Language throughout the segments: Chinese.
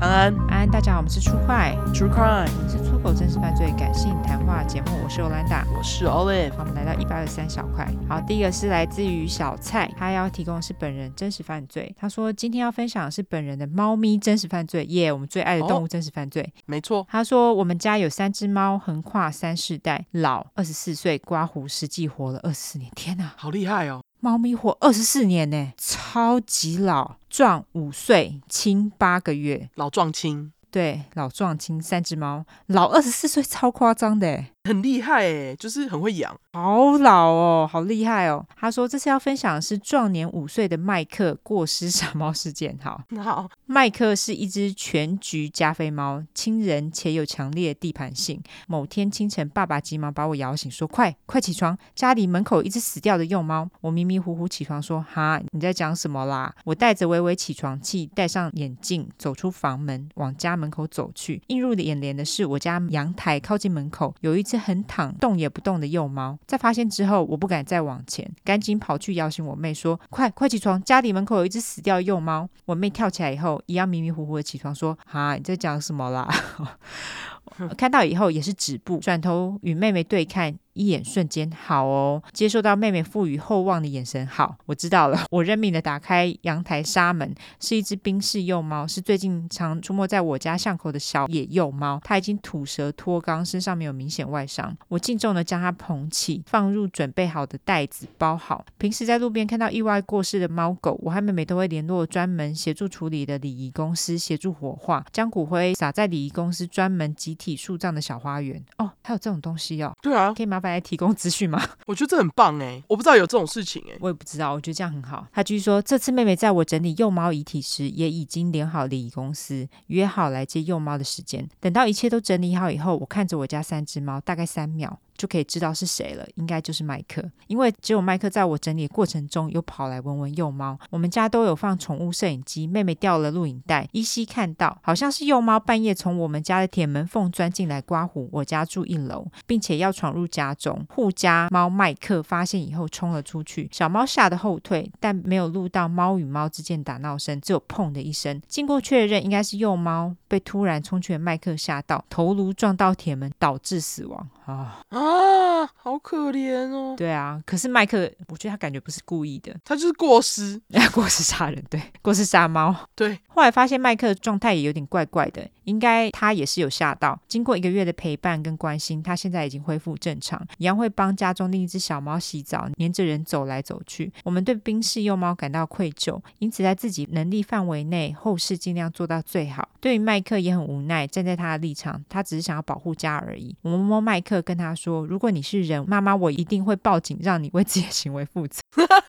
安，大家好，我们是出坏， True Crime，是出口真实犯罪感性谈话节目，我是欧兰达。我是 Olive。好，我们来到一百二十三小块。好，第一个是来自于小蔡，他要提供的是本人真实犯罪。他说今天要分享的是本人的猫咪真实犯罪，耶、我们最爱的动物真实犯罪。没错，他说我们家有三只猫，横跨三世代，老二十四岁，刮胡，实际活了二十四年。天哪，好厉害哦！猫咪活二十四年呢，超级老，壮五岁，轻八个月。老壮青，对，老壮青三只猫，老二十四岁，超夸张的耶。很厉害诶，就是很会养。好老哦，好厉害哦！他说这次要分享的是壮年五岁的麦克过失傻猫事件。好，那好，麦克是一只全橘加菲猫，亲人且有强烈的地盘性。某天清晨，爸爸急忙把我摇醒，说：“快快起床，家里门口有一只死掉的幼猫。”我迷迷糊糊起床，说：“哈，你在讲什么啦？”我带着微微起床气，戴上眼镜，走出房门，往家门口走去。映入眼帘的是我家阳台靠近门口有一只很躺动也不动的幼猫。在发现之后，我不敢再往前，赶紧跑去摇醒我妹，说：“快快起床，家里门口有一只死掉的幼猫。”我妹跳起来以后，一样迷迷糊糊的起床，说：“哈，你在讲什么啦？”看到以后也是止步，转头与妹妹对看一眼，瞬间好哦，接受到妹妹赋予厚望的眼神，好，我知道了。我认命的打开阳台纱门，是一只冰室幼猫，是最近常出没在我家巷口的小野幼猫。它已经吐舌脱肛，身上没有明显外伤。我敬重的将它捧起，放入准备好的袋子包好。平时在路边看到意外过世的猫狗，我和妹妹都会联络专门协助处理的礼仪公司协助火化，将骨灰撒在礼仪公司专门集体树葬的小花园。哦，还有这种东西哦。对啊，可以麻烦来提供资讯吗？我觉得这很棒诶，我不知道有这种事情诶。我也不知道，我觉得这样很好。他继续说，这次妹妹在我整理幼猫遗体时，也已经联好礼仪公司，约好来接幼猫的时间。等到一切都整理好以后，我看着我家三只猫，大概三秒。就可以知道是谁了，应该就是麦克，因为只有麦克在我整理的过程中有跑来闻闻幼猫。我们家都有放宠物摄影机，妹妹掉了录影带，依稀看到好像是幼猫半夜从我们家的铁门缝钻进来刮胡。我家住一楼，并且要闯入家中。护家猫麦克发现以后冲了出去，小猫吓得后退，但没有录到猫与猫之间打闹声，只有砰的一声。经过确认，应该是幼猫被突然冲去的麦克吓到，头颅撞到铁门，导致死亡。啊。啊，好可怜哦。对啊，可是麦克，我觉得他感觉不是故意的， 他就是过失，过失杀人，对， 过失杀猫。对，后来发现麦克的状态也有点怪怪的，应该他也是有吓到。经过一个月的陪伴跟关心，他现在已经恢复正常，一样会帮家中另一只小猫洗澡，黏着人走来走去。我们对冰室幼猫感到愧疚，因此在自己能力范围内，后事尽量做到最好。对于麦克也很无奈，站在他的立场，他只是想要保护家而已。我摸摸麦克，跟他说：“如果你是人，妈妈我一定会报警，让你为自己的行为负责。”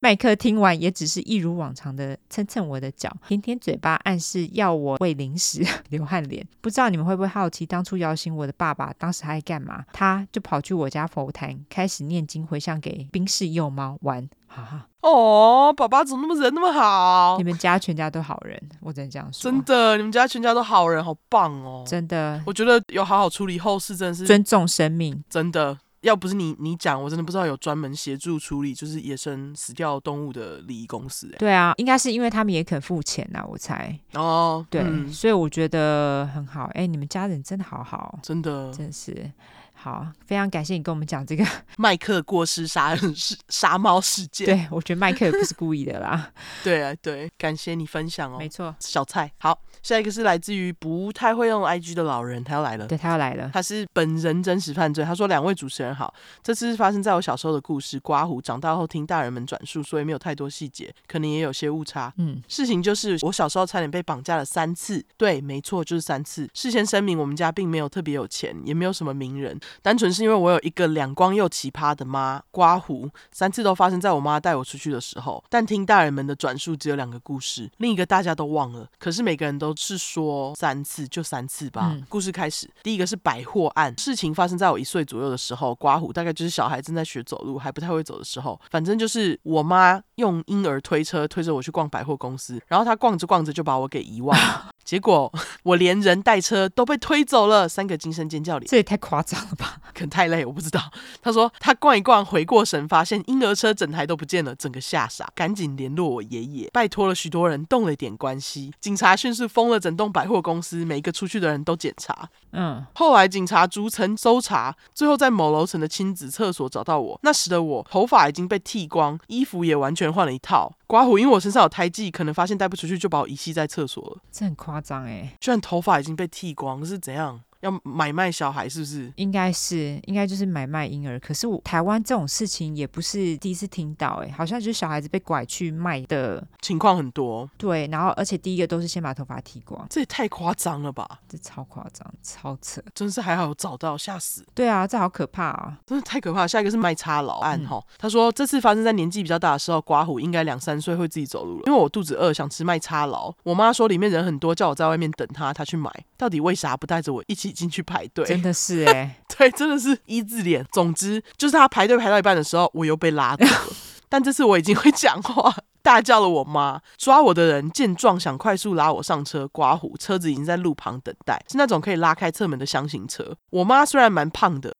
麦克听完也只是一如往常的蹭蹭我的脚，舔舔嘴巴，暗示要我喂零食， 流汗脸。不知道你们会不会好奇，当初摇醒我的爸爸当时他在干嘛？他就跑去我家佛坛，开始念经回向给冰室幼猫玩。啊，哦，爸爸怎么那么人那么好你？们家全家都好人，我只能这样说，真的，你们家全家都好人，好棒哦。真的我觉得有好好处理后事，真的是尊重生命，真的。要不是你你讲，我真的不知道有专门协助处理就是野生死掉动物的礼仪公司诶。对啊，应该是因为他们也肯付钱啊，我猜。哦，对，嗯所以我觉得很好。哎、你们家人真的好好，真的，真是好，非常感谢你跟我们讲这个麦克过失杀人事杀猫事件。对，我觉得麦克也不是故意的啦。对啊，对，感谢你分享哦没，错，小蔡。好，下一个是来自于不太会用 IG 的老人，他要来了。对他要来了。他是本人真实犯罪。他说：“两位主持人好，这次是发生在我小时候的故事。刮胡长大后听大人们转述，所以没有太多细节，可能也有些误差。嗯，事情就是我小时候差点被绑架了三次，对，没错，就是三次。事先声明，我们家并没有特别有钱，也没有什么名人，单纯是因为我有一个两光又奇葩的妈，刮胡，三次都发生在我妈带我出去的时候。但听大人们的转述，只有两个故事，另一个大家都忘了，可是每个人都是说三次就三次吧。嗯故事开始，第一个是百货案，事情发生在我一岁左右的时候，刮胡大概就是小孩正在学走路，还不太会走的时候，反正就是我妈用婴儿推车推着我去逛百货公司，然后她逛着逛着就把我给遗忘了。 结果我连人带车都被推走了，三个惊声尖叫里这也太夸张了吧？可能太累，我不知道。 他说他逛一逛，回过神，发现婴儿车整台都不见了，整个吓傻，赶紧联络我爷爷，拜托了许多人，动了一点关系。警察迅速封了整栋百货公司，每一个出去的人都检查。嗯，后来警察逐层搜查，最后在某楼层的亲子厕所找到我。那时的我头发已经被剃光，衣服也完全换了一套。刮胡，因为我身上有胎记，可能发现带不出去，就把我遗弃在厕所了。这很夸张哎，居然头发已经被剃光，是怎样？要买卖小孩是不是？应该是应该就是买卖婴儿。可是我台湾这种事情也不是第一次听到哎，好像就是小孩子被拐去卖的，情况很多，对。然后而且第一个都是先把头发剃光，这也太夸张了吧！这超夸张，超扯。真是还好有找到，吓死！对啊，这好可怕啊、真的太可怕。下一个是卖叉老案哈、他说这次发生在年纪比较大的时候，刮胡应该两三岁会自己走路了。因为我肚子饿，想吃麦叉老，我妈说里面人很多，叫我在外面等她，她去买。到底为啥不带着我一起进去排队？真的是哎， 对，真的是一字脸。总之就是他排队排到一半的时候，我又被拉走了。 但这次我已经会讲话，大叫了我妈。抓我的人见状，想快速拉我上车，刮胡，车子已经在路旁等待，是那种可以拉开侧门的箱型车。我妈虽然蛮胖的。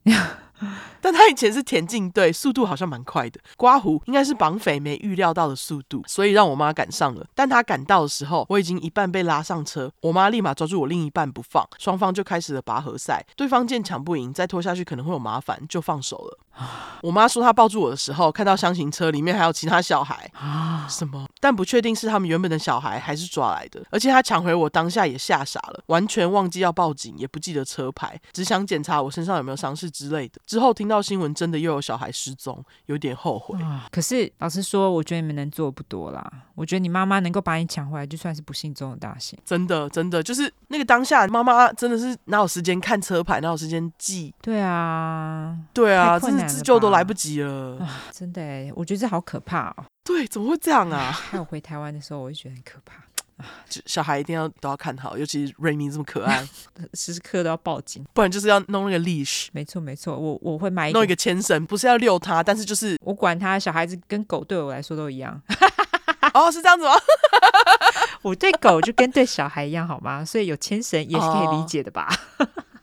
但她以前是田径队，速度好像蛮快的。刮胡应该是绑匪没预料到的速度，所以让我妈赶上了。但她赶到的时候，我已经一半被拉上车，我妈立马抓住我另一半不放，双方就开始了拔河赛。对方见抢不赢，再拖下去可能会有麻烦，就放手了。 我妈说她抱住我的时候，看到箱型车里面还有其他小孩，什么？但不确定是他们原本的小孩还是抓来的。而且他抢回我当下也吓傻了，完全忘记要报警，也不记得车牌，只想检查我身上有没有伤势之类的。之后听到新闻，真的又有小孩失踪，有点后悔。啊可是老实说，我觉得你们能做的不多啦。我觉得你妈妈能够把你抢回来，就算是不幸中的大幸。真的，真的，就是那个当下，妈妈啊真的是哪有时间看车牌，哪有时间记？对啊，对啊，太困真难是了自救都吧来不及了。真的哎，我觉得这好可怕哦。对，怎么会这样啊？ 还有回台湾的时候，我就觉得很可怕， 就小孩一定要都要看好，尤其是瑞米这么可爱，时时刻刻都要报警。不然就是要弄那个 leash，没错没错，我我会买弄一个牵绳，不是要遛它，但是就是我管他，小孩子跟狗对我来说都一样。 哦，是这样子吗？我对狗就跟对小孩一样，好吗？所以有牵绳也是可以理解的吧？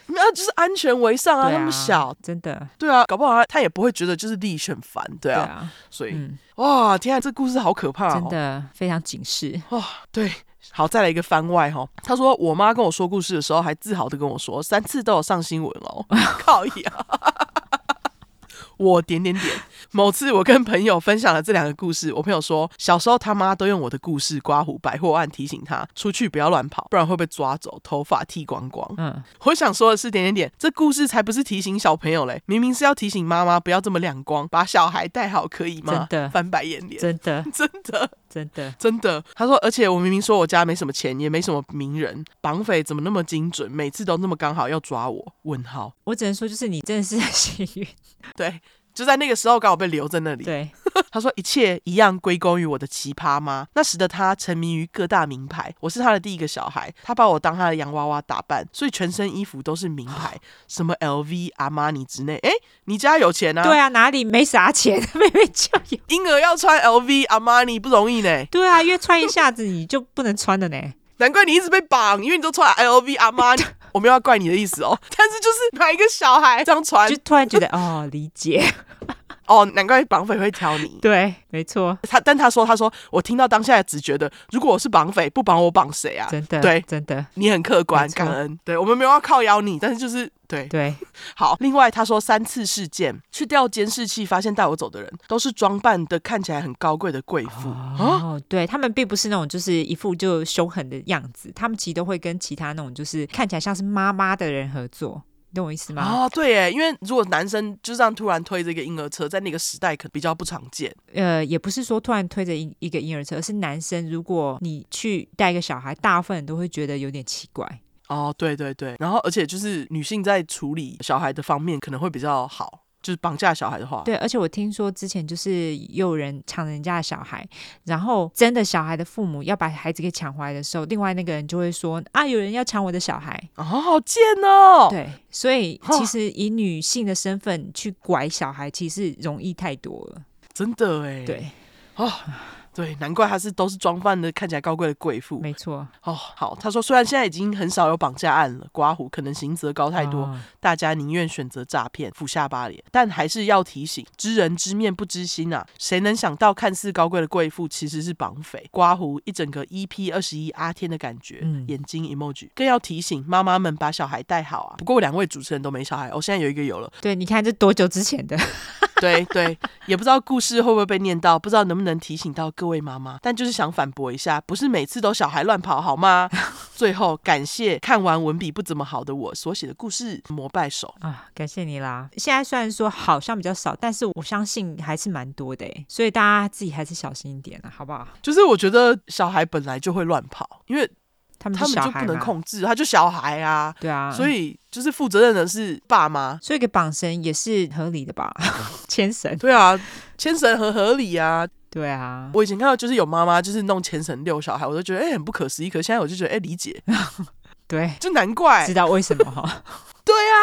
没有，啊就是安全为上啊， 对哦那啊么小，真的，对啊，搞不好他他也不会觉得就是力很烦，对对啊，啊，所以、嗯，哇，天啊，这故事好可怕、哦，真的非常警示。哇、对。好，再来一个番外哈、哦。他说，我妈跟我说故事的时候，还自豪的跟我说，三次都有上新闻 哦。靠呀！我点点点。某次我跟朋友分享了这两个故事，我朋友说，小时候他妈都用我的故事刮胡百货案提醒他，出去不要乱跑，不然会被抓走，头发剃光光。嗯， 我想说的是，点点点，这故事才不是提醒小朋友嘞，明明是要提醒妈妈不要这么亮光，把小孩带好，可以吗？真的翻白眼脸，真的，真的真的，真的。他说，而且我明明说我家没什么钱，也没什么名人，绑匪怎么那么精准，每次都那么刚好要抓我？问号，我只能说，就是你真的是很 幸运。对。就在那个时候，刚好被留在那里。对，他说一切一样归功于我的奇葩妈。那时的他沉迷于各大名牌，我是他的第一个小孩，他把我当他的洋娃娃打扮，所以全身衣服都是名牌，什么 LV、阿玛尼之类。诶，你家有钱啊？对啊，哪里没啥钱， 妹妹就有。婴儿要穿 LV、阿玛尼不容易呢，对啊，因为穿一下子你就不能穿了呢。难怪你一直被绑，因为你都穿 LV、阿玛尼。我没有要怪你的意思哦，但是就是买一个小孩这样穿就突然觉得哦，理解，哦，难怪绑匪会挑你。对，没错，他但他说，他说我听到当下只觉得，如果我是绑匪，不绑我绑谁啊？真的，对真的，你很客观，没错感恩。对我们没有要靠邀你，但是就是对对，好。另外，他说三次事件，去调监视器发现带我走的人都是装扮的看起来很高贵的贵妇啊。哦，对他们并不是那种就是一副就凶狠的样子，他们其实都会跟其他那种就是看起来像是妈妈的人合作，你懂我意思吗？啊，对耶，因为如果男生就这样突然推这个婴儿车，在那个时代可比较不常见。呃，也不是说突然推着一一个婴儿车，而是男生如果你去带一个小孩，大部分人都会觉得有点奇怪。哦，对对对，然后而且就是女性在处理小孩的方面可能会比较好，就是绑架小孩的话，对，而且我听说之前就是也有人抢人家的小孩，然后真的小孩的父母要把孩子给抢回来的时候，另外那个人就会说啊，有人要抢我的小孩。哦，好贱哦。对，所以哦其实以女性的身份去拐小孩，其实容易太多了。真的哎，对，哦，对，难怪她是都是装扮的看起来高贵的贵妇没错，哦。好，她说虽然现在已经很少有绑架案了，刮胡可能刑责高太多，哦大家宁愿选择诈骗，俯下巴脸。但还是要提醒，知人知面不知心啊！谁能想到看似高贵的贵妇其实是绑匪？刮胡一整个 EP 二十一阿天的感觉，嗯眼睛 emoji。更要提醒妈妈们把小孩带好啊！不过两位主持人都没小孩，哦，现在有一个有了。对，你看这多久之前的？ 对对，也不知道故事会不会被念到，不知道能不能提醒到各位妈妈，但就是想反驳一下，不是每次都小孩乱跑好吗？ 最后感谢看完文笔不怎么好的我所写的故事，膜拜手。啊，感谢你啦！现在虽然说好像比较少，但是我相信还是蛮多的诶，所以大家自己还是小心一点啊，好不好？就是我觉得小孩本来就会乱跑，因为他们他是们嗯小就孩不能嘛，控制，他就小孩啊，对啊，所以就是负责任的是爸妈。所以给绑绳也是合理 的吧？牵绳，对啊，牵绳很合理啊。对啊，我以前看到就是有妈妈就是弄牵绳遛小孩，我都觉得哎、很不可思议。可是现在我就觉得哎、理解，对，就难怪知。道为什么哈。 对啊，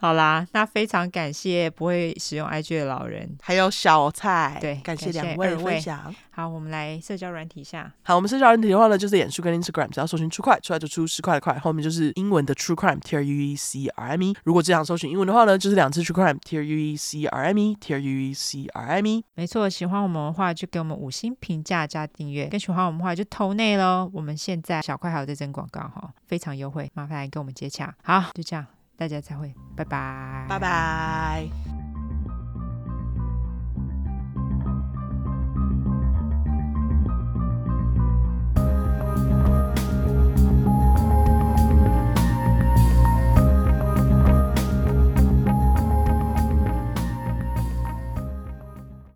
好啦，那非常感谢不会使用 IG 的老人。还有小菜，对感谢感谢两位的二位分享。好，我们来社交软体下，好，我们社交人体的话呢，就是脸书跟 Instagram，只要搜寻 True Crime，出来就出十块的块，后面就是英文的 True Crime，T R U E C R M E。如果只想搜寻英文的话呢，就是两次 True Crime，T R U E C R M E，T R U E C R M E。没错，喜欢我们的话就给我们五星评价加订阅，更喜欢我们的话就投内喽。我们现在小块还有在征广告哈，非常优惠，麻烦来跟我们接洽。好，就这样，大家再会，拜拜，拜。拜。